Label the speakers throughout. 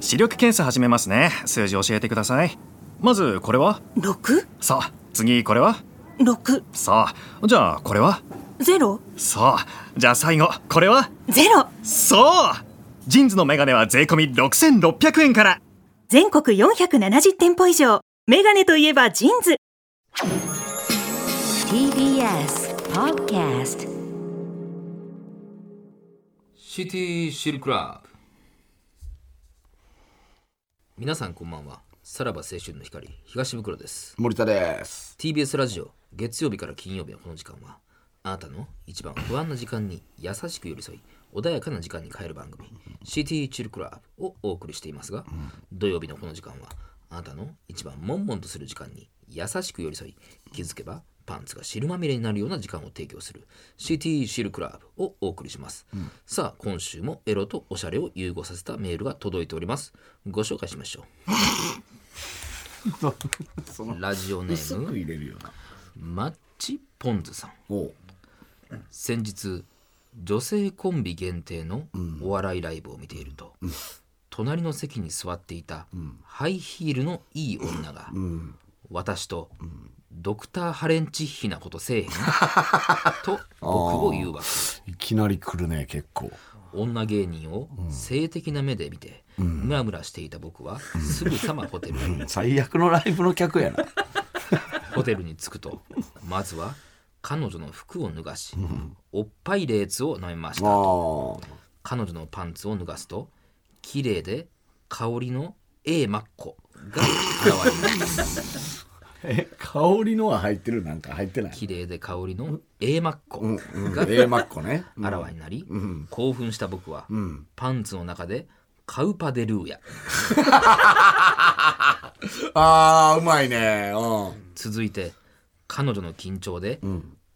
Speaker 1: 視力検査始めますね数字教えてくださいまずこれは
Speaker 2: 六
Speaker 1: さあ次これは
Speaker 2: 六
Speaker 1: さあじゃあこれは
Speaker 2: ゼロ
Speaker 1: さあじゃあ最後これは
Speaker 2: ゼロ
Speaker 1: そうジーンズのメガネは税込6600円から
Speaker 2: 全国470店舗以上メガネといえばジーンズ
Speaker 3: TBS Podcast
Speaker 4: CT シルクラブ皆さんこんばんはさらば青春の光東袋です
Speaker 5: 森田です。
Speaker 4: TBS ラジオ月曜日から金曜日のこの時間はあなたの一番不安な時間に優しく寄り添い穏やかな時間に変える番組 CT チルクラブをお送りしていますが土曜日のこの時間はあなたの一番悶々とする時間に優しく寄り添い気づけばパンツが汁まみれになるような時間を提供する CT シルクラブをお送りします、さあ今週もエロとおしゃれを融合させたメールが届いておりますご紹介しま しょうラジオネーム
Speaker 5: 入れるよな。
Speaker 4: マッチポンズさん
Speaker 5: おう
Speaker 4: 先日女性コンビ限定のお笑いライブを見ていると、隣の席に座っていたハイヒールのいい女が、私と、ドクターハレンチヒなことせえへんと僕を言うわけ
Speaker 5: いきなり来るね、結構。
Speaker 4: 女芸人を性的な目で見てムラムラしていた僕はすぐさまホテルへ
Speaker 5: 最悪のライブの客やな。
Speaker 4: ホテルに着くとまずは彼女の服を脱がし、おっぱいレーツを飲みました
Speaker 5: ああ。
Speaker 4: 彼女のパンツを脱がすと綺麗で香りの A マッコが現 れる
Speaker 5: え、香りのは入ってるなんか入ってない。
Speaker 4: 綺麗で香りの A マッコ
Speaker 5: うん、うん。
Speaker 4: が
Speaker 5: ええ、マッコね。うん
Speaker 4: あらわになり、興奮した僕は、パンツの中でカウパデルーヤ
Speaker 5: ああ、うまいね。うん。
Speaker 4: 続いて彼女の緊張で、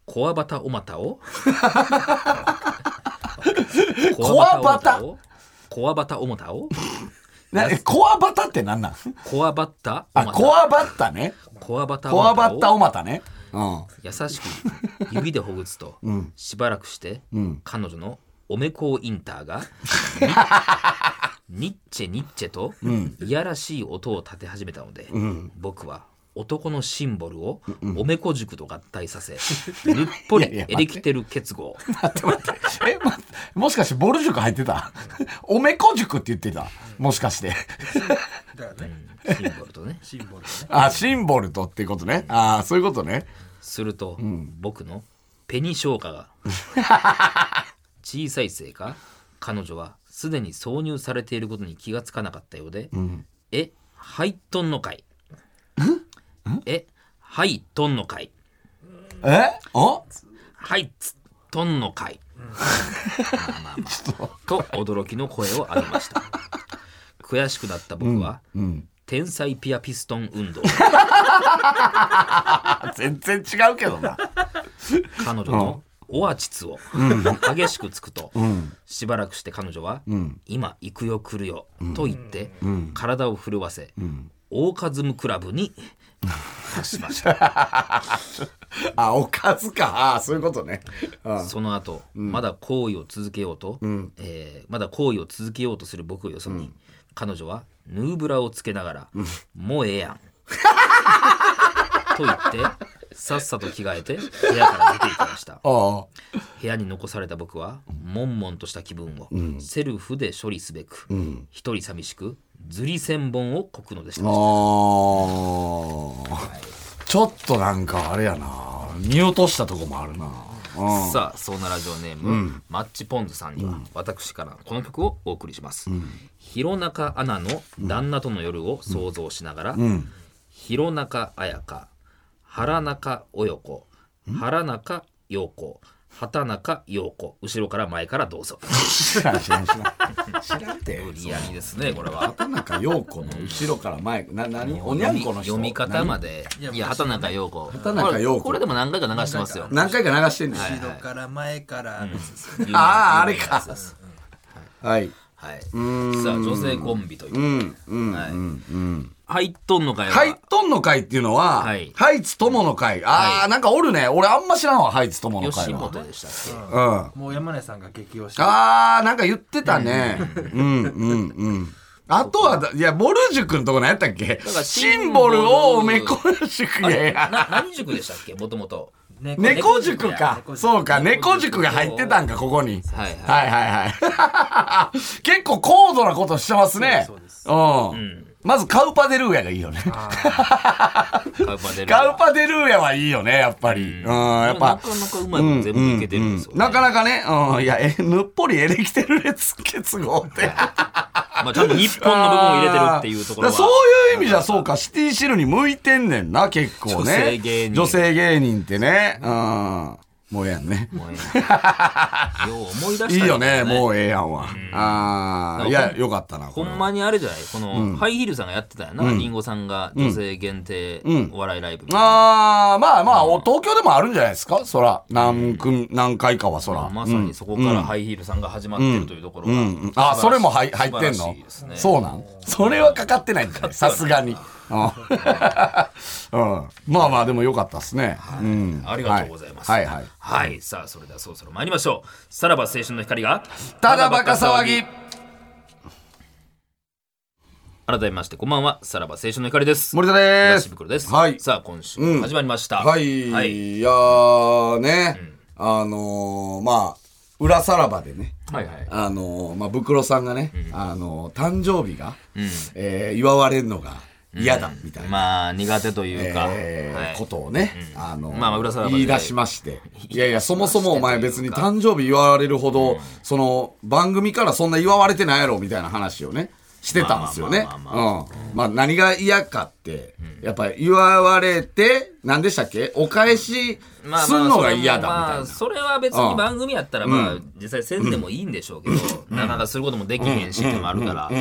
Speaker 4: コアバタオマタ を
Speaker 5: コアバタ
Speaker 4: をコアバタオマタを
Speaker 5: なえコアバタってなんなん
Speaker 4: コアバッタオ
Speaker 5: あ、
Speaker 4: マタ
Speaker 5: コアバッタね。
Speaker 4: コアバタ
Speaker 5: コアバッタ
Speaker 4: を
Speaker 5: おまたね。うん。
Speaker 4: 優しく指でほぐすと、しばらくして、彼女のおめこうインターがニッチェニッチェと、いやらしい音を立て始めたので、僕は男のシンボルをおめこ塾と合体させ、ぬっぽり
Speaker 5: いやいや
Speaker 4: エレキテル結合
Speaker 5: 待って待って。え、ま、もしかしてボル塾入ってたおめこ塾って言ってたもしかして。
Speaker 4: シンボルとね
Speaker 5: あ、シンボルトっていうことね。ああ、そういうことね。
Speaker 4: すると、僕のペニ消化 が小さいせいか彼女はすでに挿入されていることに気がつかなかったようで「え入っとんのかい」え入っとんのかい」
Speaker 5: えお
Speaker 4: 「入っつっとんのかい」まあまあまあと驚きの声を上げました 悔しくなった僕は、天才ピアピストン運動
Speaker 5: 全然違うけどな。
Speaker 4: 彼女のオアチツを激しくつくと、しばらくして彼女は「今行くよ来るよ」と言って、体を震わせ、オーカズムクラブに走りました
Speaker 5: あ、おかずか。あーそういうこと ね。あ
Speaker 4: その後、まだ行為を続けようと、えーまだ行為を続けようとする僕をよそに、彼女はヌーブラをつけながら「もうええやん」と言ってさっさと着替えて部屋から出ていきました
Speaker 5: あー。
Speaker 4: 部屋に残された僕は悶々とした気分をセルフで処理すべく、一人寂しくずり千本をこくのでした
Speaker 5: あーちょっとなんかあれやな見落としたとこもあるな
Speaker 4: さあそんなラジオネーム、マッチポンズさんには私からこの曲をお送りします、弘中アナの旦那との夜を想像しながら、弘中綾香原中親子原中陽子畑中陽子後ろから前からど うぞ
Speaker 5: 知らん知らん知らん知らんて
Speaker 4: 無理やりですねこれは
Speaker 5: 畑中陽子の後ろから前な何おにゃんこの人
Speaker 4: 読み方までいや畑中陽子
Speaker 5: 畑中陽子
Speaker 4: これこれでも何回か流してますよ
Speaker 5: 何何回か流してんねん、
Speaker 4: はい
Speaker 6: 後ろから前からですね、
Speaker 5: あああれ
Speaker 4: 有名なや
Speaker 5: か
Speaker 4: つです
Speaker 5: はい
Speaker 4: はいさあ女性コンビという
Speaker 5: うんうん
Speaker 4: はい入っとんのかよ
Speaker 5: ハイトンの会っていうのは、
Speaker 4: はい
Speaker 5: ハイツ友の会ああ、なんかおるね俺あんま知らんわハイツ友の
Speaker 4: 吉
Speaker 5: 会は
Speaker 4: 本でしたっ
Speaker 5: うんあ
Speaker 6: もう山根さんが激推し
Speaker 5: あーなんか言ってたねうんうんうんあとはだ、いや、ぼる塾のとこ何やったっけ
Speaker 4: だから
Speaker 5: シンボルをおめこ塾
Speaker 4: あれ
Speaker 5: へ。
Speaker 4: な何塾でしたっけもともと
Speaker 5: 猫塾か。そうか、猫塾が入ってたん
Speaker 4: か
Speaker 5: か、ここに。
Speaker 4: はい
Speaker 5: はいはいはい。 結構高度なことしてますね。
Speaker 6: そうです
Speaker 5: うん。まずカウパデルーヤがいいよね。
Speaker 4: カウパデル
Speaker 5: カウパデルーヤはいいよね、やっぱり。うん、やっぱ
Speaker 4: な。かなかうまいもん全部いけてるんですよ、ね
Speaker 5: なかなかね、うん、いや、え、ぬっぽりエレキテル列結合って。
Speaker 4: まあ、ちゃんと日本の部分を入れてるっていうところ
Speaker 5: あーだから
Speaker 4: は
Speaker 5: そういう意味じゃそうかシティシルに向いてんねんな結構ね
Speaker 4: 女性芸人
Speaker 5: 女性芸人ってねうんもうええやんね
Speaker 4: もうええよう思い出した
Speaker 5: いいよねも
Speaker 4: う
Speaker 5: うええやんはああいやよかったな
Speaker 4: ほん
Speaker 5: こ
Speaker 4: まにあれじゃないこの、ハイヒールさんがやってたよな、リンゴさんが女性限定お笑いライブみたい
Speaker 5: れ
Speaker 4: な、
Speaker 5: はあーまあまあお東京でもあるんじゃないですかそら何組何回かはそら
Speaker 4: まさにそこからハイヒールさんが始まってるというところが、
Speaker 5: うんうんあそれも入入ってん
Speaker 4: 素晴ら
Speaker 5: の
Speaker 4: しいですね
Speaker 5: そうなんそれはかかってないんだねさすがにう んうんまあまあでもよかったですねうん
Speaker 4: ありがとうございます。
Speaker 5: はいはいはい
Speaker 4: はいさあ、それではそろそろ参りましょう。さらば青春の光が、
Speaker 5: ただバカ騒ぎ。
Speaker 4: 改めまして、こんばんは。さらば青春の光です。
Speaker 5: 森田で
Speaker 4: 東
Speaker 5: す
Speaker 4: 袋です。
Speaker 5: はい
Speaker 4: さあ、今週
Speaker 5: うん
Speaker 4: 始まりました。
Speaker 5: はい、
Speaker 4: はい。
Speaker 5: い、やーね、あのー、まあ裏さらばでね
Speaker 4: はいはい。
Speaker 5: あのー、まあブクロさんがね、あのー、誕生日が、えー祝われるのが嫌だみたいな、
Speaker 4: まあ、苦手というか、
Speaker 5: えー
Speaker 4: はい
Speaker 5: ことをね、あのー
Speaker 4: まあ裏さらばで
Speaker 5: 言い出しましていやいやそもそもお前別に誕生日祝われるほど、その番組からそんな祝われてないやろみたいな話をねしてたんですよね
Speaker 4: まあまあまあまあ
Speaker 5: うんまあ何が嫌かって、やっぱり祝われて何でしたっけお返し
Speaker 4: まあ
Speaker 5: すんのが嫌だみたいな、
Speaker 4: まあそれは別に番組やったら、まあ、実際せんでもいいんでしょうけど、なかなかすることもできへんしっていうのもあるから。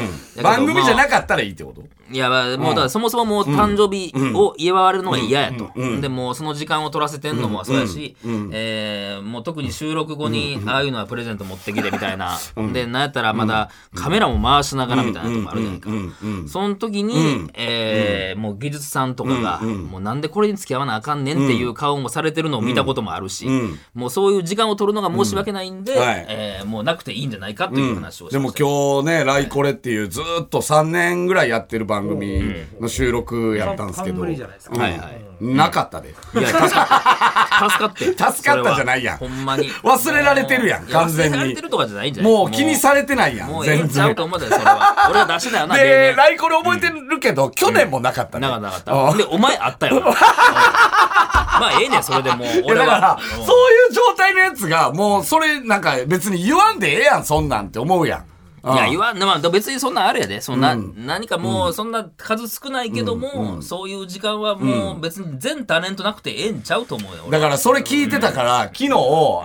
Speaker 5: 番組じゃな
Speaker 4: く
Speaker 5: かったらいいってこと
Speaker 4: いや、まあ、もうだからそもそももう誕生日を祝われるのが嫌やと。で、もうその時間を取らせてんのもそうやし、えーもう特に収録後に、ああいうのはプレゼント持ってきてみたい な。で、なんやったらまだカメラも回しながらみたいなとこもあるじゃないか。その時に、えーもう技術さんとかが、もうなんでこれに付き合わなあかんねんっていう顔もされてるのを見たこともあるし、もうそういう時間を取るのが申し訳ないんで、
Speaker 5: んはい
Speaker 4: えーもうなくていいんじゃないかという話をして
Speaker 5: でも今日ね「ライコレ」っていうずーっと3年ぐらいやってる番組の収録やったんですけど
Speaker 6: 冠じゃないですか。
Speaker 4: はいはい。
Speaker 5: なかったで
Speaker 4: いや、助かった。助かって。助
Speaker 5: 助かったじゃないやん
Speaker 4: ほんまに。
Speaker 5: 忘れられてるやん
Speaker 4: いや
Speaker 5: 完全に
Speaker 4: 忘れられてるとかじゃないんじゃない
Speaker 5: もう気にされてないや
Speaker 4: も
Speaker 5: ん
Speaker 4: うええ
Speaker 5: 全
Speaker 4: んちゃう
Speaker 5: 然
Speaker 4: と思ったよ、それは。俺が出しだよな、
Speaker 5: で「
Speaker 4: 芸
Speaker 5: ライコレ」覚えてるけど去年もなかった
Speaker 4: 人
Speaker 5: ね
Speaker 4: なかったなかった。で、お前あった よな。うんまあ、ええねんそれでもう。
Speaker 5: いや
Speaker 4: 俺
Speaker 5: だから
Speaker 4: は。
Speaker 5: そううんいう状態のやつがもうそれなんか別に言わんでええやんそんなんって思うやん
Speaker 4: いや、言わん、まあ、別にそんなんあるやで。そんな、何かもう、そんな数少ないけども、そういう時間はもう別に全タレントなくてええんちゃうと思うよ、俺
Speaker 5: だからそれ聞いてたから、昨日、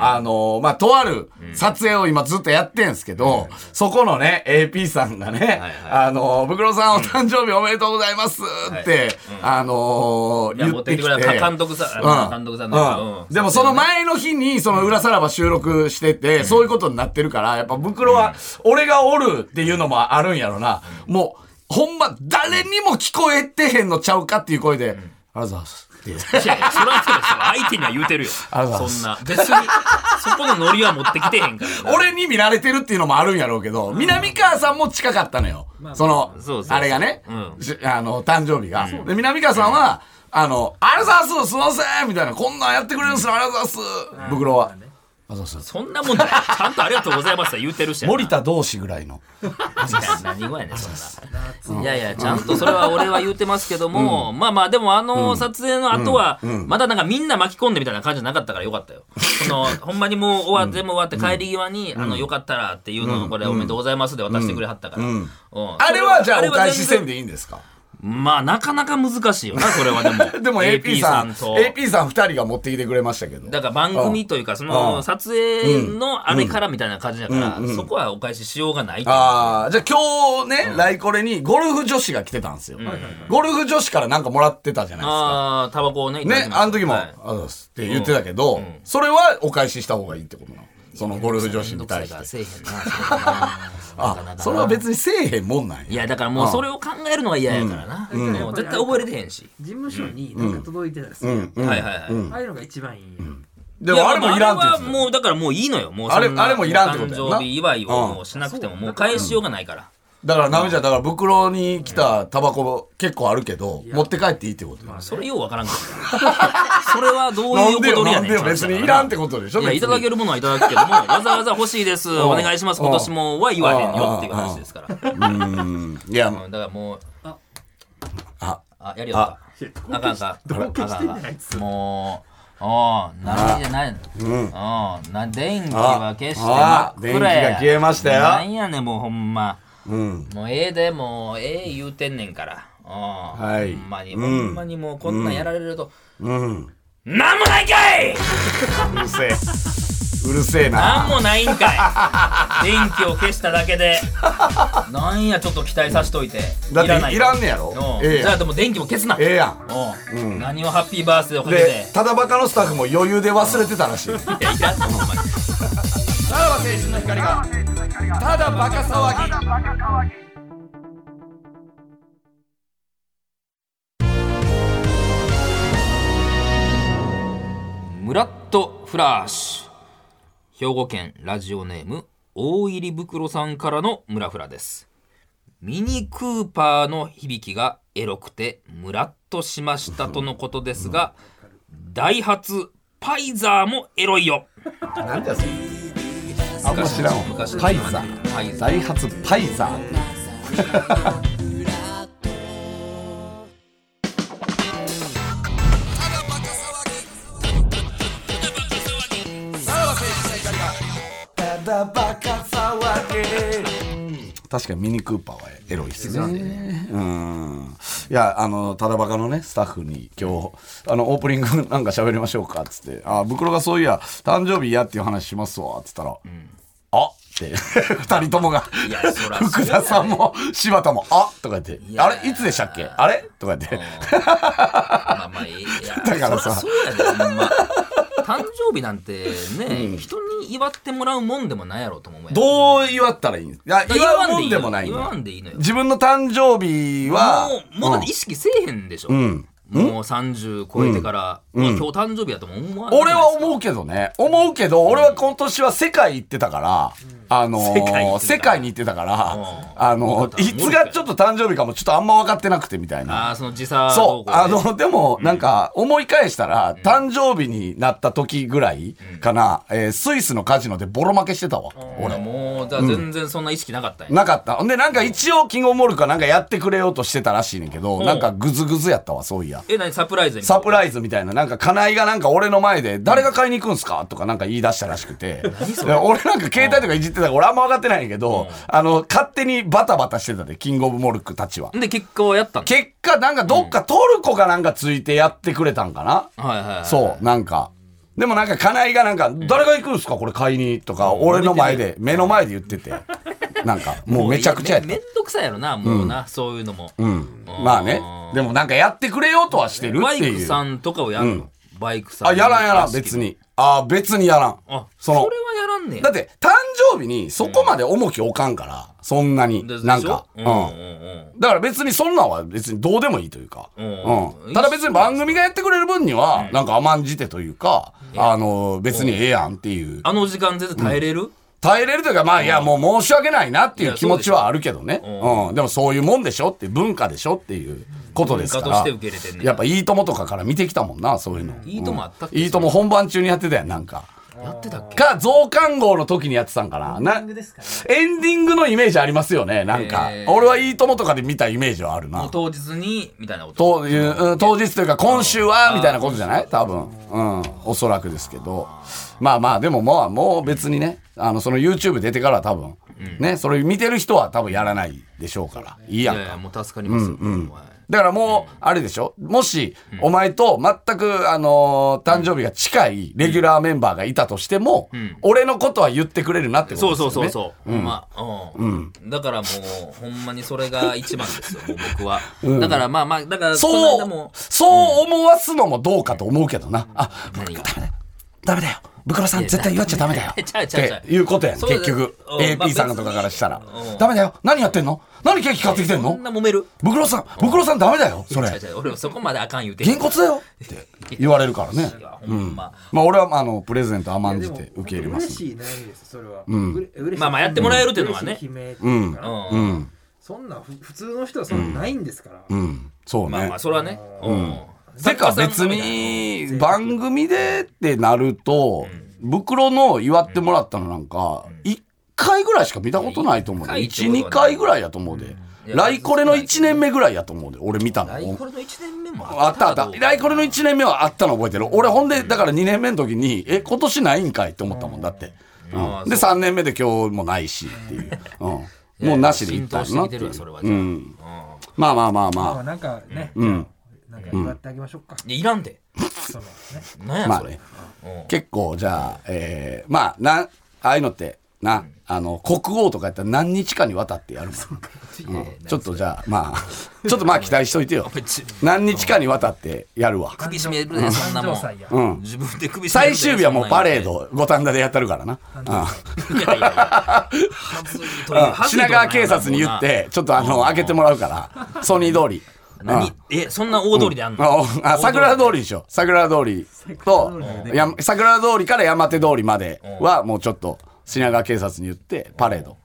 Speaker 5: あの、まあ、とある撮影を今ずっとやってんすけど、そこのね、AP さんがね
Speaker 4: はい、
Speaker 5: あの、ブクロさんお誕生日おめでとうございますって、あの、
Speaker 4: いや、
Speaker 5: 言
Speaker 4: 持
Speaker 5: っ
Speaker 4: って
Speaker 5: て
Speaker 4: き
Speaker 5: き
Speaker 4: てくれた
Speaker 5: て。
Speaker 4: 監督さんあの、監督さんなんか
Speaker 5: うん
Speaker 4: うん
Speaker 5: でもその前の日にその裏さらば収録してて、そういうことになってるから、やっぱ袋は俺がおるっていうのもあるんやろな。もう、ほんま誰にも聞こえてへんのちゃうかっていう声で、ありがとうございますっていう。
Speaker 4: いやいやそれはそうですよ。相手には言うてるよ。
Speaker 5: ありがとうご
Speaker 4: そんな。別に、そこのノリは持ってきてへんからな。
Speaker 5: 俺に見られてるっていうのもあるんやろうけど、南川さんも近かったのよ。その
Speaker 4: そうそう、そう
Speaker 5: あれがね
Speaker 4: う、ん
Speaker 5: しあの、誕生日が。で、南川さんは、あの、あれざます、すいませんみたいな、こんなんやってくれるんすよ、あれざます。袋は。あざます。
Speaker 4: そんなもんじゃない。ちゃんとありがとうございました言うてるしやな。
Speaker 5: 森田同士ぐらいの。
Speaker 4: いや何語やねんそんな。いやいや、ちゃんとそれは俺は言うてますけども、まあまあ、でもあの撮影の後は、まだなんかみんな巻き込んでみたいな感じじゃなかったからよかったよ。そ の、ほんまにもう終わって、もう終わって帰り際に、あの、よかったらっていうのをこれおめでとうございますで渡してくれはったから。うん
Speaker 5: あれはじゃあお返し
Speaker 4: 全
Speaker 5: せ
Speaker 4: 然
Speaker 5: んでいいんですか
Speaker 4: まあ、なかなか難しいよな、それはでも。
Speaker 5: でも AP さん、
Speaker 4: と
Speaker 5: AP さん二人が持ってきてくれましたけど。
Speaker 4: だから番組というか、その撮影のあれからみたいな感じだから、そこはお返ししようがないという
Speaker 5: ああ、じゃあ今日ね、ライコレにゴルフ女子が来てたんですよ。ゴルフ女子からなんかもらってたじゃないですか。
Speaker 4: ああ、タバコをね、いただ
Speaker 5: ね
Speaker 4: き、ました
Speaker 5: あの時も、
Speaker 4: は
Speaker 5: あざっすって言ってたけど、それはお返しした方がいいってことなの。そのゴルフ女子に対して。
Speaker 4: いめんどくさいからせえへんな。れは
Speaker 5: あ
Speaker 4: な、
Speaker 5: それは別にせえへんもんなん
Speaker 4: い
Speaker 5: や。
Speaker 4: や、だからもうそれを考えるのが嫌やからな。
Speaker 6: うん
Speaker 4: もう絶対覚えれてへんし。
Speaker 6: 事務所になんか届いてたんですよ。
Speaker 4: はいはいはい。
Speaker 6: ああいうのが一番いい。
Speaker 5: でもあれもいらんっ
Speaker 4: やま
Speaker 5: て言っ
Speaker 4: ああれ
Speaker 5: てた
Speaker 4: はもうだからもういいのよ。もう
Speaker 5: あれ
Speaker 4: そな
Speaker 5: あれもいらんってことやな
Speaker 4: 誕生日祝いをもうしなくてももう返しようがないから。
Speaker 5: だから、なめちゃん、だから、袋に来たタバコ結構あるけど、持って帰っていいってこと
Speaker 4: それようわからんけどそれはどう
Speaker 5: ないん
Speaker 4: う
Speaker 5: で
Speaker 4: こと
Speaker 5: よ、
Speaker 4: に
Speaker 5: な
Speaker 4: や
Speaker 5: ん
Speaker 4: ね
Speaker 5: でよ、別にいらんってことでしょ
Speaker 4: いや、いただけ
Speaker 5: る。
Speaker 4: るものはいただくけど も、わざわざ欲しいです、お願いします、
Speaker 5: うん
Speaker 4: 今年もは言わへんよっていう話ですから。うん
Speaker 5: うん。い
Speaker 4: だ
Speaker 5: や、
Speaker 4: からもう、あ、
Speaker 5: あ、
Speaker 4: あやりよった。あかんあかん。あかんあ
Speaker 6: 同居してんじゃないっ
Speaker 4: かん。もう、ああ、何じゃないの。うん。ああ、な、電気は消して
Speaker 5: あ
Speaker 4: 真
Speaker 5: あ
Speaker 4: っ暗や。
Speaker 5: 電気が消えましたよ
Speaker 4: なんやねん、もうほんま。
Speaker 5: うん。
Speaker 4: もうええで、もうええ言うてんねんから。うん。はいほんまに、
Speaker 5: うん
Speaker 4: ほんまにもうこんなんやられると、
Speaker 5: うん。う
Speaker 4: なんもないかい
Speaker 5: るせえ。うるせえな。
Speaker 4: なんもないんかい電気を消しただけでなんやちょっと期待さしといて
Speaker 5: だって
Speaker 4: ない
Speaker 5: らんねやろ
Speaker 4: うん
Speaker 5: ええやん
Speaker 4: じゃあでも電気も消すな、
Speaker 5: ええやん。
Speaker 4: うん
Speaker 5: うん
Speaker 4: 何をハッピーバースデーをかけて
Speaker 5: で、ただバカのスタッフも余裕で忘れてたらしい。
Speaker 4: いやいらんほんまに
Speaker 5: さらば青春の光がただバカ騒ぎ
Speaker 4: ムラッとフラッシュ兵庫県ラジオネーム大入り袋さんからのムラフラですミニクーパーの響きがエロくてムラッとしましたとのことですがダイハツパイザーもエロいよ
Speaker 5: なんだそれあんま知らんわパイザー
Speaker 4: パイザー
Speaker 5: ダイハツパイザーただバカ騒ぎ確かにミニクーパーはエロいですね。うん。いや、あの、ただバカのね、スタッフに今日、あの、オープニングなんか喋りましょうか、つって、あ、袋がそういや、誕生日やっていう話しますわ、つったら、あって、 二人ともが、
Speaker 4: いやそらそうやね
Speaker 5: 福田さんも柴田も、あとか言って、
Speaker 4: や
Speaker 5: あれいつでしたっけあれとか言って、
Speaker 4: まあまあいいや。
Speaker 5: だからさ
Speaker 4: そりゃそうやで、ほんま。誕生日なんてね、人に祝ってもらうもんでもないやろうとも思うやん
Speaker 5: どう祝ったらいいんですいや、
Speaker 4: だから
Speaker 5: 祝うもんでもないん
Speaker 4: 祝わ
Speaker 5: だ。
Speaker 4: んでいいのよ。
Speaker 5: 自分の誕生日は、
Speaker 4: もう、もうだって
Speaker 5: うん
Speaker 4: 意識せえへんでしょ。
Speaker 5: ん
Speaker 4: もう30超えてから、まあ今日誕生日やとも思わない。
Speaker 5: 俺は思うけどね。思うけど、俺は今年は世界行ってたから、あの
Speaker 4: 世界行ってた
Speaker 5: ー、世界に行ってたから、
Speaker 4: うん
Speaker 5: あのー、いつがちょっと誕生日かもちょっとあんま分かってなくてみたい
Speaker 4: あ
Speaker 5: な。
Speaker 4: あ、その時差動向
Speaker 5: そう。
Speaker 4: で
Speaker 5: あの、でも、なんか、思い返したら、誕生日になった時ぐらいかな、えースイスのカジノでボロ負けしてたわ、俺。
Speaker 4: もう、じゃあ全然そんな意識なかったんや。
Speaker 5: なかった。ほんで、なんか一応、キングオブモルクかなんかやってくれようとしてたらしいねんけど、なんかグズグズやったわ、そういや。
Speaker 4: え、何サプライズみたいな
Speaker 5: サプライズみたいな、なんか、金井がなんか俺の前で、誰が買いに行くんすかとかなんか言い出したらしくて。いや俺なんか携帯とかいじってたから、俺あんま分かってないんやけど、あの、勝手にバタバタしてたで、キングオブモルックたちは。
Speaker 4: で、結果はやったんだ。
Speaker 5: 結果、なんかどっかトルコがなんかついてやってくれたんかな、
Speaker 4: はいはいはい。
Speaker 5: そう、なんか。でもなんか、金井がなんか、誰が行くんすかこれ買いにとか、俺の前で、目の前で言ってて。なんか、もうめちゃくちゃやっ
Speaker 4: め
Speaker 5: た
Speaker 4: めん。どくさいやろな、もうな、そういうのも。
Speaker 5: うん。まあね。でもなんかやってくれようとはしてる
Speaker 4: バ
Speaker 5: って
Speaker 4: イ
Speaker 5: いう。
Speaker 4: クさんとかをやるの、バイクさん。
Speaker 5: あ、やらんやらん、別。に。あ、別にやらん。
Speaker 4: あ、そ
Speaker 5: その
Speaker 4: れはやらんねや。
Speaker 5: だって、誕生日にそこまで重き置かんから、そんなに
Speaker 4: で、。
Speaker 5: なんか。
Speaker 4: で
Speaker 5: う
Speaker 4: しょ
Speaker 5: ん。
Speaker 4: うんうん
Speaker 5: だから別にそんなんは別にどうでもいいというか。
Speaker 4: うん
Speaker 5: うん。ただ別に番組がやってくれる分には、なんか甘んじてというか、あの、別にええやんっていう。
Speaker 4: あの時間全然耐えれる、
Speaker 5: 耐えれるというか、まあいや、もう申し訳ないなっていう気持ちはあるけどね。
Speaker 4: やそうでしょ
Speaker 5: うん。でもそういうもんでしょっていう文化でしょっていうことですか
Speaker 4: 文化
Speaker 5: ら
Speaker 4: として受け入れてん。ね
Speaker 5: やっぱいいともとかから見てきたもんな、そういうの。
Speaker 4: いいともあったっけ
Speaker 5: いいとも本番中にやってたやん、なんか。
Speaker 4: やってたっけ
Speaker 5: か、増刊号の時にやってたんかな。な
Speaker 6: ングですかね
Speaker 5: エンディングのイメージありますよね、なんか。
Speaker 4: えー
Speaker 5: 俺はいいともとかで見たイメージはある
Speaker 4: もう
Speaker 5: な。
Speaker 4: 当日に、みたいなこと。
Speaker 5: といううん当日というか今週はみたいなことじゃない多分。うん。おそらくですけど。まあまあ、でもまあ、もう別にね、あの、その YouTube 出てからは多分、ね、それ見てる人は多分やらないでしょうから。いい
Speaker 4: い
Speaker 5: やん
Speaker 4: やいや、もう助かりますよ。はい
Speaker 5: だからもう、あれでしょもし、お前と全く、あのー誕生日が近いレギュラーメンバーがいたとしても、俺のことは言ってくれるなってこ
Speaker 4: そう
Speaker 5: とですよ
Speaker 4: そ
Speaker 5: ね。
Speaker 4: うそうそう、ほんまあ、うん、だからもう、ほんまにそれが一番ですよ、もう僕は。だからまあまあ、だから、
Speaker 5: そ
Speaker 4: の間
Speaker 5: う
Speaker 4: も、、
Speaker 5: そう思わすのもどうかと思うけどな。あ、
Speaker 4: 何が
Speaker 5: ダメだよ。ブクロさん絶対言っちゃダメだよ。
Speaker 4: いや
Speaker 5: っ
Speaker 4: ちゃうちゃうちゃ
Speaker 5: て
Speaker 4: う
Speaker 5: いうことやん、
Speaker 4: そうだ
Speaker 5: 結局。
Speaker 4: うんまあ
Speaker 5: AP さんとかからしたら
Speaker 4: 別にう。ん
Speaker 5: ダメだよ。何やってんの何ケーキ買ってきてん
Speaker 4: そ
Speaker 5: の
Speaker 4: んな揉める。
Speaker 5: ブクロさん、ブクロさんダメだよ、そ
Speaker 4: ちゃ
Speaker 5: れ
Speaker 4: う。ちゃう俺もそこまであかん言うてん
Speaker 5: げんこつだよって言われるからね。
Speaker 4: いやほんま。
Speaker 5: まあ俺は、あの、プレゼント甘んじ
Speaker 6: でも
Speaker 5: て受け入れます。
Speaker 6: 嬉しい悩みです、それは。うれ嬉しい
Speaker 4: まあまあやってもらえるっていうのはね
Speaker 6: 嬉しい悲鳴っていうのかな
Speaker 4: うん。
Speaker 6: そんなふ普通の人はそんなないんですから、
Speaker 5: うん。そう
Speaker 4: まあま
Speaker 5: ね
Speaker 4: あ、。それはね。うん。
Speaker 5: てか
Speaker 4: 作家さ
Speaker 5: 別
Speaker 4: んがみたいな。
Speaker 5: に、番組でってなると、袋の祝ってもらったのなんか、一回ぐらいしか見たことないと思うで。
Speaker 4: 一回ってこと
Speaker 5: 一、
Speaker 4: はない
Speaker 5: 二回ぐらいやと思うで。
Speaker 4: うん
Speaker 5: 来これの一年目ぐらいやと思うで。俺見たの。
Speaker 4: ライコレの1年目も
Speaker 5: あったあった。ライコレの1年目はあったの覚えてる。俺ほんで、だから2年目の時に、え、今年ないんかいって思ったもんだって。うん
Speaker 4: ああ
Speaker 5: で、3年目で今日もないしっていう。 うん、もうなしでい
Speaker 4: 浸
Speaker 5: った
Speaker 4: 透
Speaker 5: ん
Speaker 4: し
Speaker 5: や
Speaker 4: てき
Speaker 5: なっ
Speaker 4: て
Speaker 5: てい
Speaker 4: る
Speaker 5: う
Speaker 4: わ、それは。
Speaker 5: う。
Speaker 4: じゃあうんん。
Speaker 5: まあまあまあ
Speaker 6: まあ
Speaker 5: ま
Speaker 6: なんかね、
Speaker 5: ん
Speaker 6: じゃあなんか祝ってあげましょうか、
Speaker 4: いやいらんて。
Speaker 6: そ
Speaker 4: な
Speaker 6: のね
Speaker 4: ん
Speaker 5: あ。
Speaker 4: や
Speaker 5: まあ
Speaker 4: それ
Speaker 5: ね。。結構、じゃあ、えー、まあ、な、ああいうのって、な、あの、国王とかやったら何日かにわたってやるもんうんちょっとじゃあ、まあ、ちょっとまあ期待しといて よ。何日かにわたってやるわ。
Speaker 4: 首絞めるで、そんなも
Speaker 6: 誕生祭や
Speaker 4: ん。うん自分で首絞める
Speaker 5: 最
Speaker 4: で
Speaker 5: 終日はもうパレー。
Speaker 4: そん
Speaker 5: ド、五反田でやったるからな。うん
Speaker 4: なんやいやいや 恥ずいという
Speaker 5: うん
Speaker 4: 恥ずいとこな
Speaker 5: 品
Speaker 4: い
Speaker 5: 川警察に言って、ちょっとあの、開けてもらうから、ソニー通り。
Speaker 4: 何え、そんな大通りであんの
Speaker 5: あおあ、桜通りでしょ。桜通りと、や桜通りから山手通りまでは、もうちょっと、品川警察に言って、パレード。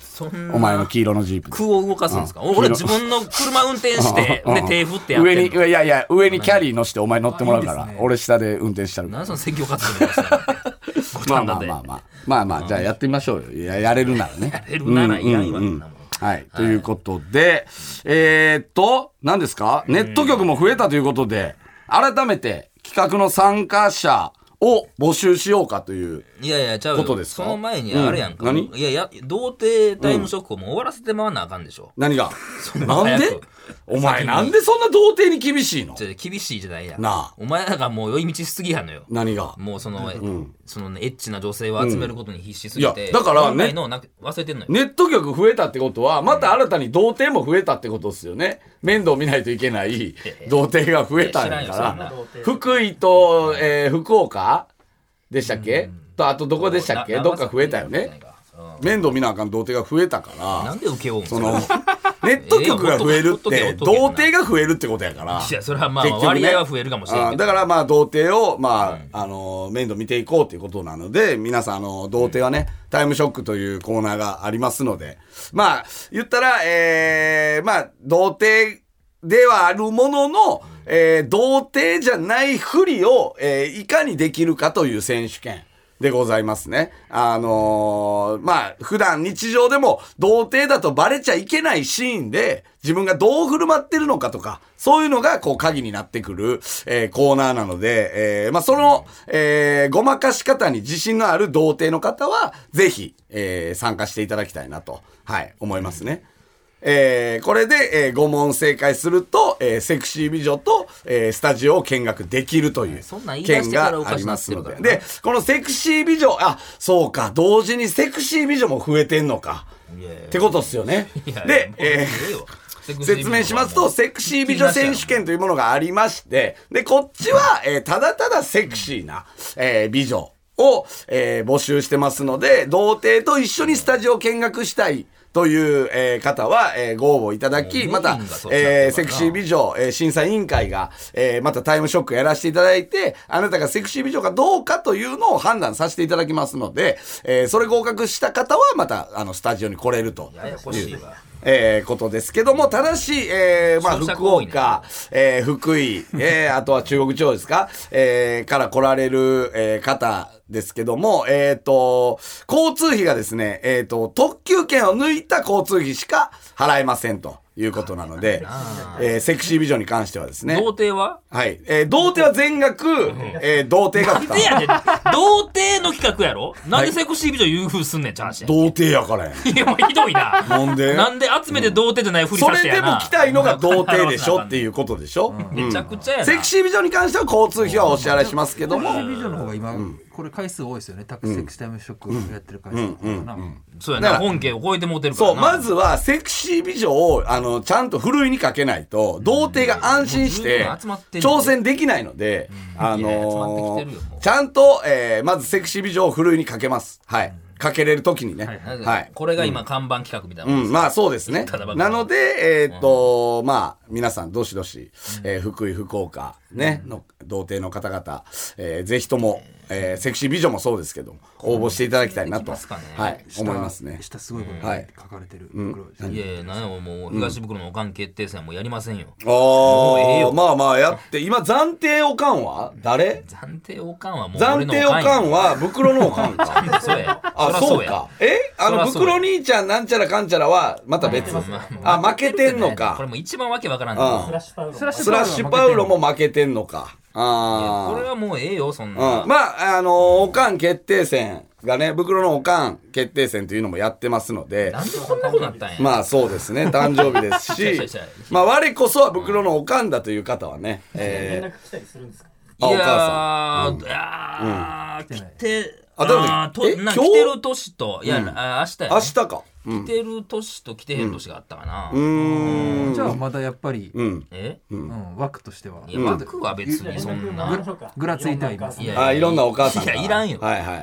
Speaker 4: そんな
Speaker 5: お前の黄色のジープで。
Speaker 4: 空を動かすんですか俺自分の車運転して、で、手振ってやって
Speaker 5: 上に、
Speaker 4: んの。
Speaker 5: いやいや、上にキャリー乗してお前乗ってもらうから、俺下で運転したるから
Speaker 4: 何その説教活動みたいな
Speaker 5: まあ
Speaker 4: 五反
Speaker 5: ま
Speaker 4: 田
Speaker 5: あ
Speaker 4: で
Speaker 5: まあまあ。まあまあ、じゃあやってみましょうよ。いややれるな らね。や
Speaker 4: れるならいらんわそんなもん
Speaker 5: はい。ということで、えーっと、何ですかネット局も増えたということで、改めて企画の参加者を募集しようかという。
Speaker 4: いやいや、ちゃうよ
Speaker 5: ことですか
Speaker 4: その前にあれやんか。
Speaker 5: うん何
Speaker 4: いやいや、童貞タイムショックをもう終わらせてまわなあかんでしょ。
Speaker 5: 何が なん
Speaker 4: 早
Speaker 5: で
Speaker 4: く
Speaker 5: お前なんでそんな童貞に厳しいの
Speaker 4: ちょ厳しいじゃないやん。
Speaker 5: なあ
Speaker 4: お前らがもう酔い道しすぎやのよ。
Speaker 5: 何が
Speaker 4: もうその、そのね、エッチな女性を集めることに必死すぎ
Speaker 5: うんい
Speaker 4: て。
Speaker 5: やだからね
Speaker 4: 本来のな忘れてんのよ。
Speaker 5: ネット局増えたってことは、また新たに童貞も増えたってことですよね。面倒見ないといけない童貞が増えたん
Speaker 4: い
Speaker 5: だ
Speaker 4: や知らんよ
Speaker 5: か
Speaker 6: そ
Speaker 5: ら、
Speaker 6: んな
Speaker 5: 福井と、えー福岡でしたっけと、あとどこでしたっけ
Speaker 4: な
Speaker 5: どっか増えたよね。。
Speaker 4: うん
Speaker 5: 面倒見なあかん童貞が増えたから
Speaker 4: な、んで受け負うん
Speaker 5: その、ネット局が増えるっ
Speaker 4: ええほっ
Speaker 5: て、
Speaker 4: とけほ
Speaker 5: 童
Speaker 4: っとけ
Speaker 5: 貞が増えるってことやか ら。
Speaker 4: いやそれはまあ
Speaker 5: 結局ね
Speaker 4: 割合は増えるかもしれんけど
Speaker 5: あだからまあ、童貞を、まあ、あの、面倒見ていこうということなので、皆さん、あの、童貞はね、タイムショックというコーナーがありますので、まあ、言ったら、えー、まあ、童貞ではあるものの、えー、童貞じゃないふりを、えーいかにできるかという選手権。でございますね。あのーまあ、普段日常でも童貞だとバレちゃいけないシーンで自分がどう振る舞ってるのかとか、そういうのがこう鍵になってくる、えーコーナーなので、えーまあ、その、えーごまかし方に自信のある童貞の方は、ぜひ、えー参加していただきたいなと、はい、思いますね。えーこれで、え5問正解すると、えーセクシー美女と、えースタジオを見学できるという
Speaker 4: そんなん言い出
Speaker 5: 件
Speaker 4: してからお
Speaker 5: があ
Speaker 4: かし
Speaker 5: り
Speaker 4: な
Speaker 5: ま
Speaker 4: って
Speaker 5: すの
Speaker 4: るから
Speaker 5: で。
Speaker 4: な
Speaker 5: で、 このセクシー美女、あ、そうか、同時にセクシー美女も増えてんのか。ってことっすよね。で、えー説明しますと、セクシー美女選手権というものがありまして、で、こっちは、えーただただセクシーな、えー美女を、えー募集してますので、童貞と一緒にスタジオを見学したい。という、えー方は、えーご応募いただき、
Speaker 4: もう
Speaker 5: また
Speaker 4: メインがそ、っちだったからな
Speaker 5: えーセクシー美女、えー審査委員会が、えーまたタイムショックやらせていただいて、あなたがセクシー美女かどうかというのを判断させていただきますので、えーそれ合格した方は、また、あの、スタジオに来れると。
Speaker 4: ややこしいわ。
Speaker 5: えーことですけども、ただし、えーまあ、
Speaker 4: 消費者
Speaker 5: 福
Speaker 4: 行為ね
Speaker 5: 岡、えー福井、 えーあとは中国地方ですか、えーから来られる、えー方ですけども、えっ、と、交通費がですね、えっ、と、特急券を抜いた交通費しか払えませんということなので、えーセクシービジョンに関してはですね
Speaker 4: 童、貞は
Speaker 5: はい、えー童貞は全 額、えー童貞が負担
Speaker 4: い。やいや、童貞の企画やろなんでセクシー美女優風すんねん、チャーシー。
Speaker 5: 童貞やからやん。
Speaker 4: いや、お前ひどいな。
Speaker 5: なんで
Speaker 4: なんで集めて童貞じゃないふり
Speaker 5: そ
Speaker 4: させて
Speaker 5: れで
Speaker 4: や
Speaker 5: も
Speaker 4: な。
Speaker 5: 来たいのが童貞でしょって
Speaker 4: う。
Speaker 5: いうことでしょ、うん
Speaker 4: めちゃくちゃやな。
Speaker 5: セクシービジョンに関しては交通費はお支払いしますけども、
Speaker 6: ビジョンの方が今、これ回数多いですよねタクセクシタイムショックやってる回数の方かな、
Speaker 4: そうや
Speaker 5: だ
Speaker 4: な。
Speaker 5: から
Speaker 4: 本家を超えてモテるから
Speaker 5: そ
Speaker 4: な。
Speaker 5: う、まずはセクシー美女を、あの、ちゃんとふるいにかけないと、童貞が安心し
Speaker 4: もう十
Speaker 5: て
Speaker 4: 分集まって、んねん
Speaker 5: 挑戦できないので、あ
Speaker 4: いや集ま
Speaker 5: の
Speaker 4: ってきてるよもう
Speaker 5: ちゃんと、えーまずセクシー美女をふるいにかけます。はい。かけれるときにね。
Speaker 4: なんか。
Speaker 5: はい。
Speaker 4: これが今、看板企画みたいな
Speaker 5: う
Speaker 4: もん
Speaker 5: ん、まあそうですね
Speaker 4: ただば。かり
Speaker 5: なので、えーっと、まあ、皆さん、どしどし、えー福井、福岡、ね、の、童貞の方々、えーぜひとも、えーセクシービジョンもそうですけども応募していただきたいなと、
Speaker 4: できますかね
Speaker 5: はい、思いますね。
Speaker 6: 下すごいこと
Speaker 5: はい
Speaker 6: 書かれてる。黒い
Speaker 4: いやいや、なんやもうもう東袋のおかん決定戦はもうやりませんよ。
Speaker 5: ああ、まあまあやって、今暫定おかんは誰
Speaker 4: 暫定おかんはもう俺のおか
Speaker 5: 暫
Speaker 4: ん
Speaker 5: 定
Speaker 4: や
Speaker 5: おかんは袋のおかんか。
Speaker 4: そうや。
Speaker 5: あ、
Speaker 4: ら
Speaker 5: そうか。。えあの、
Speaker 4: そらそうや
Speaker 5: 袋兄ちゃんなんちゃらかんちゃらは、また別。あ、負けてんの
Speaker 4: これ
Speaker 5: か。
Speaker 4: も一番わけわからん
Speaker 5: うん
Speaker 4: けど
Speaker 6: スラッ
Speaker 5: スラッシュパウロも負けてんのか。あ
Speaker 4: これ
Speaker 5: あ。
Speaker 4: はもうええよ、そんな。
Speaker 5: うん、まあ、あのおかん決定戦がね、袋のおかん決定戦というのもやってますので、
Speaker 4: なんでこんなことなったんや。
Speaker 5: まあそうですね、誕生日です
Speaker 4: 違う違う違
Speaker 5: し
Speaker 4: う、
Speaker 5: まあ我こそは袋のおかんだという方はね、えー、あ、お
Speaker 4: いや
Speaker 5: 母
Speaker 4: ー、あー、来て、
Speaker 5: あだって
Speaker 4: あーと
Speaker 5: え
Speaker 4: な
Speaker 5: 今日
Speaker 4: 来てる年と、いや、あー明日
Speaker 5: さん。明
Speaker 4: や
Speaker 5: 日か。う
Speaker 4: ね。来てる年と来てへん年があったかな。
Speaker 5: ーん。
Speaker 6: じゃあまだやっぱり、うん、
Speaker 4: え
Speaker 6: 枠としては。
Speaker 4: いや、枠は別にそんな。
Speaker 6: ぐらついたいます
Speaker 4: い
Speaker 6: ね。
Speaker 4: や
Speaker 5: あ、いろんなお母さん
Speaker 4: い
Speaker 5: が。
Speaker 4: や、いらんよ。
Speaker 5: はいはいはい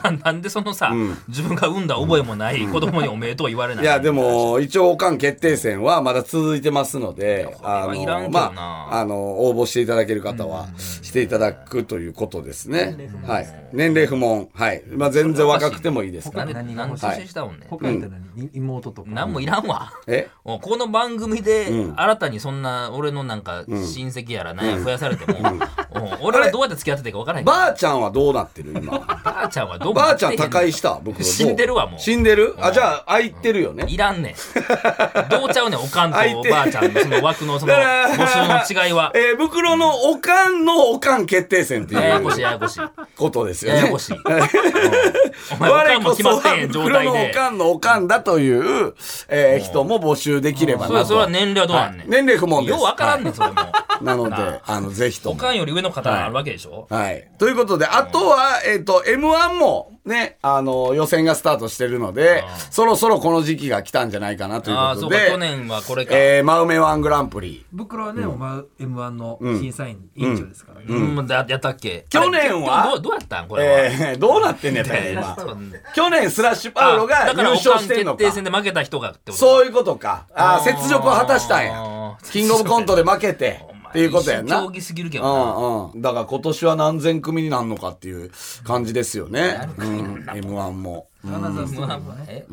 Speaker 5: はい。
Speaker 4: ななんでそのさ、自分が産んだ覚えもない子供におめでとう言われない
Speaker 5: いや、で、も、一応、おかん決定戦はまだ続いてますので、
Speaker 4: これはいらんけどな
Speaker 5: まあ、あの、応募していただける方は、していただくということですね。はい。年齢不問。はい。まあ、全然若くてもいいですか
Speaker 4: なんで
Speaker 5: ら。
Speaker 6: 何が
Speaker 4: 何の出身したもんね。
Speaker 6: 他やったらに妹とか。
Speaker 4: 何もいらんわ。
Speaker 5: え
Speaker 4: おこの番組で新たにそんな俺のなんか親戚やらなんや増やされても、お俺はどうやって付き合ってたらいいか分からへんから
Speaker 5: ばあちゃんはどうなってる 今。
Speaker 4: ばあちゃんはどう
Speaker 5: ばあちゃん他界した
Speaker 4: 僕
Speaker 5: 僕の
Speaker 4: 死んでるわもう
Speaker 5: 死んでるあ、じゃあ、空いてるよね。
Speaker 4: いらんねんどうちゃうねんおかん
Speaker 5: 相
Speaker 4: と
Speaker 5: 手
Speaker 4: ばあちゃんのその枠のその
Speaker 5: だから
Speaker 4: 募集の違いは
Speaker 5: えー、袋のおかんのおかん決定戦って
Speaker 4: や
Speaker 5: い
Speaker 4: やこしいうややこしい
Speaker 5: ことですよ
Speaker 4: や
Speaker 5: ね。
Speaker 4: やこ しいうんお前おかんも決まってへん状態
Speaker 5: 我こそは袋のお
Speaker 4: で
Speaker 5: かんのおかんだという、えー人も募集できれば
Speaker 4: それ
Speaker 5: な
Speaker 4: は
Speaker 5: と。
Speaker 4: それは年齢はどうなんねん、
Speaker 5: はい年齢不問です。
Speaker 4: よう分からん
Speaker 5: は
Speaker 4: ねんそれも
Speaker 5: いなので、あの、ぜひと
Speaker 4: お
Speaker 5: も。
Speaker 4: かんより上の方があるわけでしょ、
Speaker 5: はい。ということで、あとは、えっ、と、M1 もね、あの、予選がスタートしてるので、そろそろこの時期が来たんじゃないかなという
Speaker 4: ああ
Speaker 5: こ
Speaker 4: そ
Speaker 5: と
Speaker 4: うか
Speaker 5: で、
Speaker 4: 去年はこれか、
Speaker 5: えー、真梅ワングランプリ。
Speaker 6: 袋はね、お前 M1 の審査員委員長ですからね。
Speaker 4: うん、だやったっけ
Speaker 5: 去年
Speaker 4: あれ
Speaker 5: は
Speaker 4: どうどうやったんこれは、
Speaker 5: えー、どうなってんねやったんや今。去年、スラッシュパウロが
Speaker 4: だ
Speaker 5: 優
Speaker 4: から、
Speaker 5: 勝してんの
Speaker 4: 決定。
Speaker 5: か
Speaker 4: 戦で負けた人がってこと
Speaker 5: そう
Speaker 4: う。
Speaker 5: いうことか。ああ、
Speaker 4: あー
Speaker 5: 雪辱を果たしたんや
Speaker 4: あ。ー
Speaker 5: キングオブコントで負 けて。っていうことやんな。
Speaker 4: 競技すぎるけどな。
Speaker 5: うんうん。だから今年は何千組になるのかっていう感じですよね。うん。M1 も。
Speaker 6: 金沢ストーリーもね
Speaker 4: え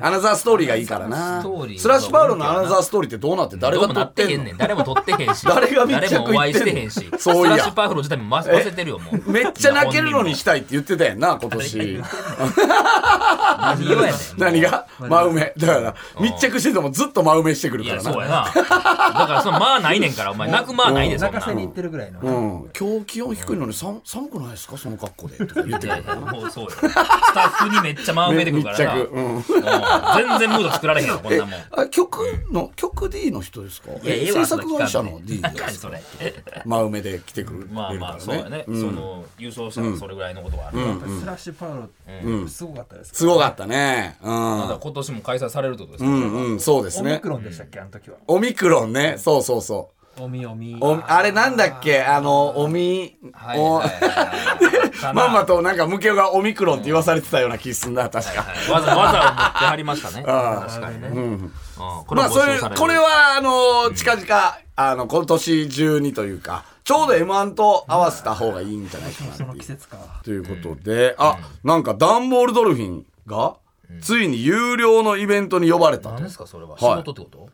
Speaker 5: アナザーストーリーがいいからな。
Speaker 4: アナザーストーリー
Speaker 5: スラッシュパウロのアナザーストーリーってどうなって誰
Speaker 4: ど
Speaker 5: が
Speaker 4: うも
Speaker 5: 撮
Speaker 4: な
Speaker 5: っ
Speaker 4: って
Speaker 5: て
Speaker 4: へん
Speaker 5: んの
Speaker 4: ねん。誰も取ってへんし。
Speaker 5: 誰が密着
Speaker 4: 誰もお会いしてへんし
Speaker 5: 言ってん。の
Speaker 4: スラ
Speaker 5: そういや
Speaker 4: ッシュパウロ自体も忘れてるよ、もう。
Speaker 5: めっちゃ泣けるのにしたいって言ってたやんな、今年。
Speaker 4: 何言わやねん。
Speaker 5: 何が真埋め。だから、密着しててもずっと真埋めしてくる
Speaker 4: い
Speaker 5: か
Speaker 4: や、
Speaker 5: ら
Speaker 4: そう
Speaker 5: な。
Speaker 4: やな。だから、その、まあないねんから、お前、泣くまあないねん、そん
Speaker 6: 泣
Speaker 4: な
Speaker 6: か。せに行ってるぐらいの。
Speaker 5: うん。今日気温低いのに寒寒くないですかその格好で。とか言って
Speaker 4: い
Speaker 5: く
Speaker 4: や
Speaker 5: る
Speaker 4: い
Speaker 5: か
Speaker 4: や、
Speaker 5: らな。
Speaker 4: もうそうよ。スタッフにめっちゃ真上でくる
Speaker 5: 密
Speaker 4: からな。
Speaker 5: 着。うん。
Speaker 4: うん全然ムード作られへんよ、こん
Speaker 5: え
Speaker 4: なもん。い
Speaker 5: あ曲の、曲 D の人ですか
Speaker 4: や、ええ
Speaker 5: え
Speaker 4: わ
Speaker 5: 制作会社の D
Speaker 4: 何
Speaker 5: で
Speaker 4: や
Speaker 5: す
Speaker 4: そ
Speaker 5: か
Speaker 4: れ。
Speaker 5: 真埋めで来てくれる
Speaker 4: まあまあ、そうや
Speaker 5: から
Speaker 4: ね。その、優勝したらそれぐらいのことはあるから。
Speaker 6: スラッシュパウロ、すごかったですか
Speaker 5: すごかったね。う
Speaker 4: まだ
Speaker 5: ん。
Speaker 4: 今年も開催されるってことです
Speaker 5: う
Speaker 4: か
Speaker 5: んうん、そうです
Speaker 6: オミ
Speaker 5: ね
Speaker 6: ク。ロンでしたっけ、あの時は。
Speaker 5: オミクロンね。そうそうそ
Speaker 6: おみおみ。
Speaker 5: う。おあれなんだっけあの、おみ、
Speaker 4: はい
Speaker 5: お
Speaker 4: はいはいかな
Speaker 5: まんまとなんかムケオがオミクロンって言わされてたような気すんな、確か。
Speaker 4: はいわざわざ持ってはりましたね。確かにね。うんこれ
Speaker 5: まあ、
Speaker 4: も
Speaker 5: そ
Speaker 4: ご
Speaker 5: れ、
Speaker 4: 一緒される
Speaker 5: これは、あの、近々、あの、今年中にというか、ちょうど M1 と合わせた方がいいんじゃないかなって
Speaker 6: そ
Speaker 5: いう
Speaker 6: の季節か。
Speaker 5: ということで、あ、なんかダンボールドルフィンが、ついに有料のイベントに呼ばれたと
Speaker 4: 何ですかそれは。仕事ってこと
Speaker 5: は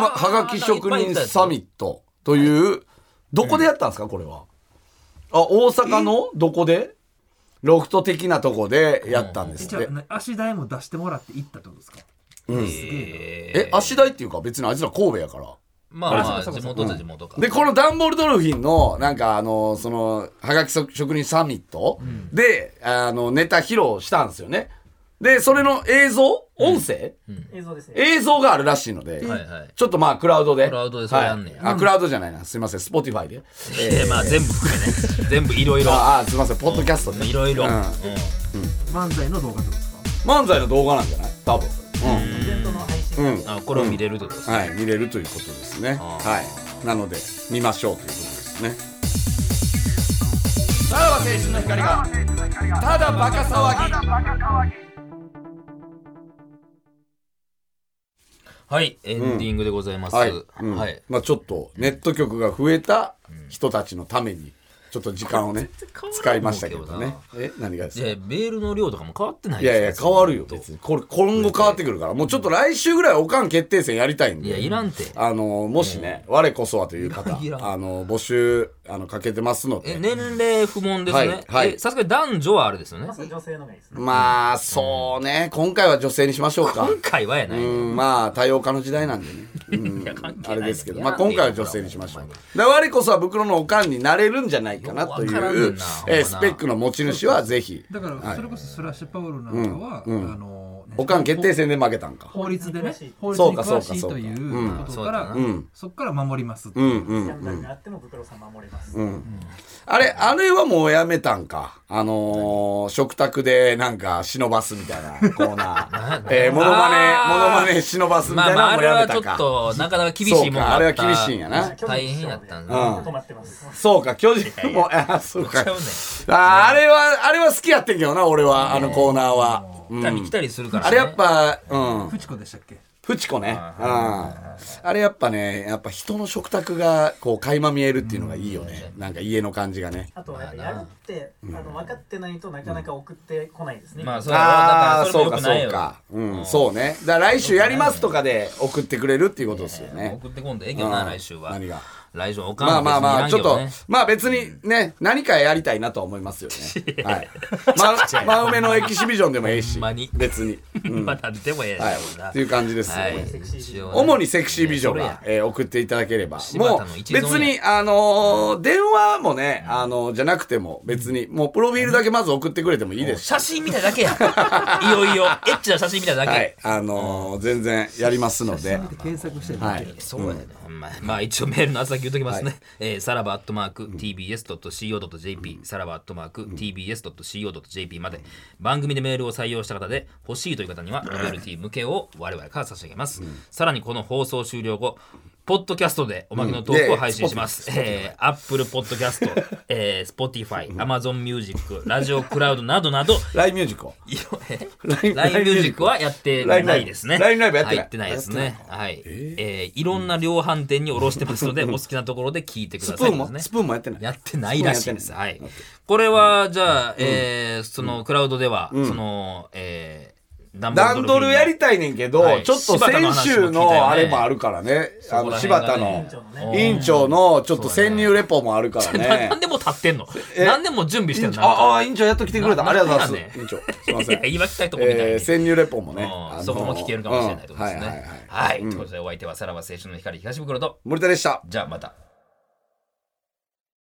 Speaker 5: ま
Speaker 4: あー
Speaker 5: はがき職人サミットという、どこでやったんですかこれは。あ、大阪のどこでロフト的なとこでやったんです
Speaker 6: じ
Speaker 5: っ
Speaker 6: ゃ
Speaker 5: て。
Speaker 6: あ、足代も出してもらって行ったってことですか
Speaker 5: え、足台っていうか別にあいつら神戸やから。
Speaker 4: まあまあ、地元と地元か。
Speaker 5: で、このダンボールドルフィンの、なんかあの、その、はがき職人サミットで、あの、ネタ披露したんですよね。で、それの映像音声、
Speaker 7: 映像ですね。
Speaker 5: 映像があるらしいので、
Speaker 4: はいはい
Speaker 5: ちょっとまあ、クラウドで。
Speaker 4: クラウドでそれやんねや
Speaker 5: はいあ、クラウドじゃないな。すいません、スポティファイで。
Speaker 4: えーまあ全部含め ね。全部いろいろ。
Speaker 5: ああ、すいません、ポッドキャストで。
Speaker 4: いろいろ。うん
Speaker 6: 漫才の動画ってことですか
Speaker 5: 漫才の動画なんじゃない多分。
Speaker 7: イベントの配信が
Speaker 4: あこれを見れるってことですね。
Speaker 5: はい、見れるということですね。はい。なので、見ましょうということですね。さらば青春の光が、ただバカ騒ぎ。
Speaker 4: はい、エンディングでございます。
Speaker 5: はい。
Speaker 4: はい。
Speaker 5: まあちょっと、ネット局が増えた人たちのために、ちょっと時間をね使いましたけどねえ何がです
Speaker 4: い
Speaker 5: か
Speaker 4: やメールの量とかも変わってない
Speaker 5: いやいや変わるよ
Speaker 4: ずっ
Speaker 5: 別にこれ今後変わってくるからもうちょっと来週ぐらいおかん決定戦やりたいん
Speaker 4: と
Speaker 5: で
Speaker 4: いやいらんて
Speaker 5: あのもしね我こそはという方
Speaker 4: いらん
Speaker 5: あの募集あのかけてますの
Speaker 4: え
Speaker 5: で
Speaker 4: 年齢不問ですね
Speaker 5: はいはい
Speaker 4: えさすがに男女はあれですよね
Speaker 7: まず女性の名ですね。
Speaker 5: まあそうね今回は女性にしましょうか
Speaker 4: 今回はやない
Speaker 5: うんまあ多様化の時代なんでね、うんあれですけど、
Speaker 4: いや
Speaker 5: まあ、今回は女性にしましょう
Speaker 4: ほんま
Speaker 5: で我こそは袋のおかんになれるんじゃないかなとい
Speaker 4: ようわからんね
Speaker 5: うん
Speaker 4: なほん
Speaker 5: えー
Speaker 4: ま
Speaker 5: ス
Speaker 4: な
Speaker 5: ペックの持ち主はぜひ
Speaker 6: だからそれこそスラッシュパウロなんかは、あのね
Speaker 5: おかん決定戦で負けたんか
Speaker 6: 法律でね法律
Speaker 5: そう
Speaker 6: に
Speaker 5: かそう
Speaker 6: 詳
Speaker 5: か
Speaker 6: しいということから
Speaker 4: うん
Speaker 6: そこから守りますって
Speaker 5: う
Speaker 6: いうん
Speaker 5: うん
Speaker 7: キャンダーになっても袋さん守れます。
Speaker 5: あれあれはもうやめたんかあのー食卓でなんか忍ばすみたいな コーナーえーモノマネ
Speaker 4: あー
Speaker 5: モノマネ忍ばすみ
Speaker 4: ま
Speaker 5: た
Speaker 4: あ
Speaker 5: い
Speaker 4: ま
Speaker 5: な
Speaker 4: あ
Speaker 5: の
Speaker 4: あ
Speaker 5: も
Speaker 4: れ
Speaker 5: やめ
Speaker 4: はち
Speaker 5: た
Speaker 4: ょっ
Speaker 5: か
Speaker 4: となかなか厳しいもんがあった
Speaker 5: そうかあれは厳しいんやな
Speaker 4: 大変やったんだ
Speaker 5: うん
Speaker 7: 止まってます。
Speaker 5: そうか巨人もあそう
Speaker 4: ちゃ
Speaker 5: か
Speaker 4: うね
Speaker 5: あーあれはあれは好きやってんけどな俺はあのコーナーは、うん
Speaker 4: 行ったり来たりするからね
Speaker 5: あれやっぱ、うん。
Speaker 6: フチコでしたっけ
Speaker 5: フチコね。うん。あれやっぱね、やっぱ人の食卓が、こう、垣間見えるっていうのがいいよね。なんか家の感じがね。
Speaker 7: あとはやっぱやるって、あの分かってないとなかなか送ってこないですね。
Speaker 4: まあそうやろ
Speaker 5: ああー、
Speaker 4: だからそれ
Speaker 5: そう
Speaker 4: もよ
Speaker 5: か
Speaker 4: くない
Speaker 5: そう
Speaker 4: よ
Speaker 5: か。うん、そうね。だから来週やりますとかで送ってくれるっていうことですよね。
Speaker 4: 送ってこんでええけどな
Speaker 5: うん
Speaker 4: 来週は
Speaker 5: 何が
Speaker 4: 来週おかん
Speaker 5: まあまあまあ、
Speaker 4: 別
Speaker 5: ち
Speaker 4: に
Speaker 5: ょっ
Speaker 4: いらんけど
Speaker 5: と
Speaker 4: ね、
Speaker 5: まあ別にね、何かやりたいなとは思いますよね。はい。ま、真梅のエキシビジョンでもええし
Speaker 4: ほんまに、
Speaker 5: 別に。うん
Speaker 4: まあ、でもええ
Speaker 5: はい。
Speaker 4: もんな。
Speaker 5: っていう感じですよね。
Speaker 4: 一応ね
Speaker 5: 主にセクシー美女
Speaker 4: それ
Speaker 5: が
Speaker 4: や、
Speaker 5: えー送っていただければ
Speaker 4: 柴田
Speaker 5: も
Speaker 4: の
Speaker 5: う
Speaker 4: 一存や
Speaker 5: 別にあのー電話もね、あのーじゃなくても別にもうプロフィールだけまず送ってくれてもいいですし
Speaker 4: 写真みたいだけや。いよいよ、エッチな写真みたいだけ。
Speaker 5: はいあのー全然やりますので
Speaker 6: 検索して
Speaker 5: はい
Speaker 4: そうやね、ほんままあ一応メールの宛先言うときますね。えーさらばアットマーク tbs.co.jp、さらばアットマーク tbs.co.jp まで番組でメールを採用した方で欲しいという方にはノベルティ向けを我々から差し上げます。さらにこの放送終了後、ポッドキャストでおまけのトークを配信します。えー、Apple Podcast、えー、Spotify、Amazon Music、ラジオクラウドなどなど、
Speaker 5: LINE ミュージックを
Speaker 4: いやえ
Speaker 5: ライン
Speaker 4: LINE ミュージックはやってないですね。
Speaker 5: ラインライブやってない
Speaker 4: 入ってないですね。はい。えーいろんな量販店に卸してます ので、お好きなところで聞いてく
Speaker 5: ス
Speaker 4: だ
Speaker 5: プ
Speaker 4: さい
Speaker 5: ー
Speaker 4: で
Speaker 5: ン
Speaker 4: すね。
Speaker 5: もスプーンもやってない
Speaker 4: やってないらしいです。
Speaker 5: スプーン
Speaker 4: はい。これは、じゃあ、えーそのクラウドでは、その、えーダン
Speaker 5: 段取りやり
Speaker 4: た
Speaker 5: たいねんけど、
Speaker 4: はい
Speaker 5: ちょっと先週
Speaker 4: 柴田の話も聞いたよね
Speaker 5: のあれもあるからねあの
Speaker 4: そこ
Speaker 5: 柴
Speaker 4: ら辺が
Speaker 5: 田
Speaker 4: ね
Speaker 5: の
Speaker 7: うん
Speaker 5: 委員長のちょっと潜入レポもあるからね
Speaker 4: 何でもう立ってんの何でもう準備してるのなんか
Speaker 5: ああ委員長やっと来てくれたありがとうござい
Speaker 4: なん
Speaker 5: ます
Speaker 4: でや
Speaker 5: 委員
Speaker 4: ね
Speaker 5: 長すいません
Speaker 4: いや今来たいとこみたい
Speaker 5: えー
Speaker 4: に。
Speaker 5: 潜入レポもね、
Speaker 4: う
Speaker 5: あ
Speaker 4: んそこも聞けるかもしれないということです
Speaker 5: うんはいはい
Speaker 4: ね
Speaker 5: はい。
Speaker 4: はい。ということで、お相手はさらば青春の光東袋と、
Speaker 5: 森田でした
Speaker 4: じゃあまた。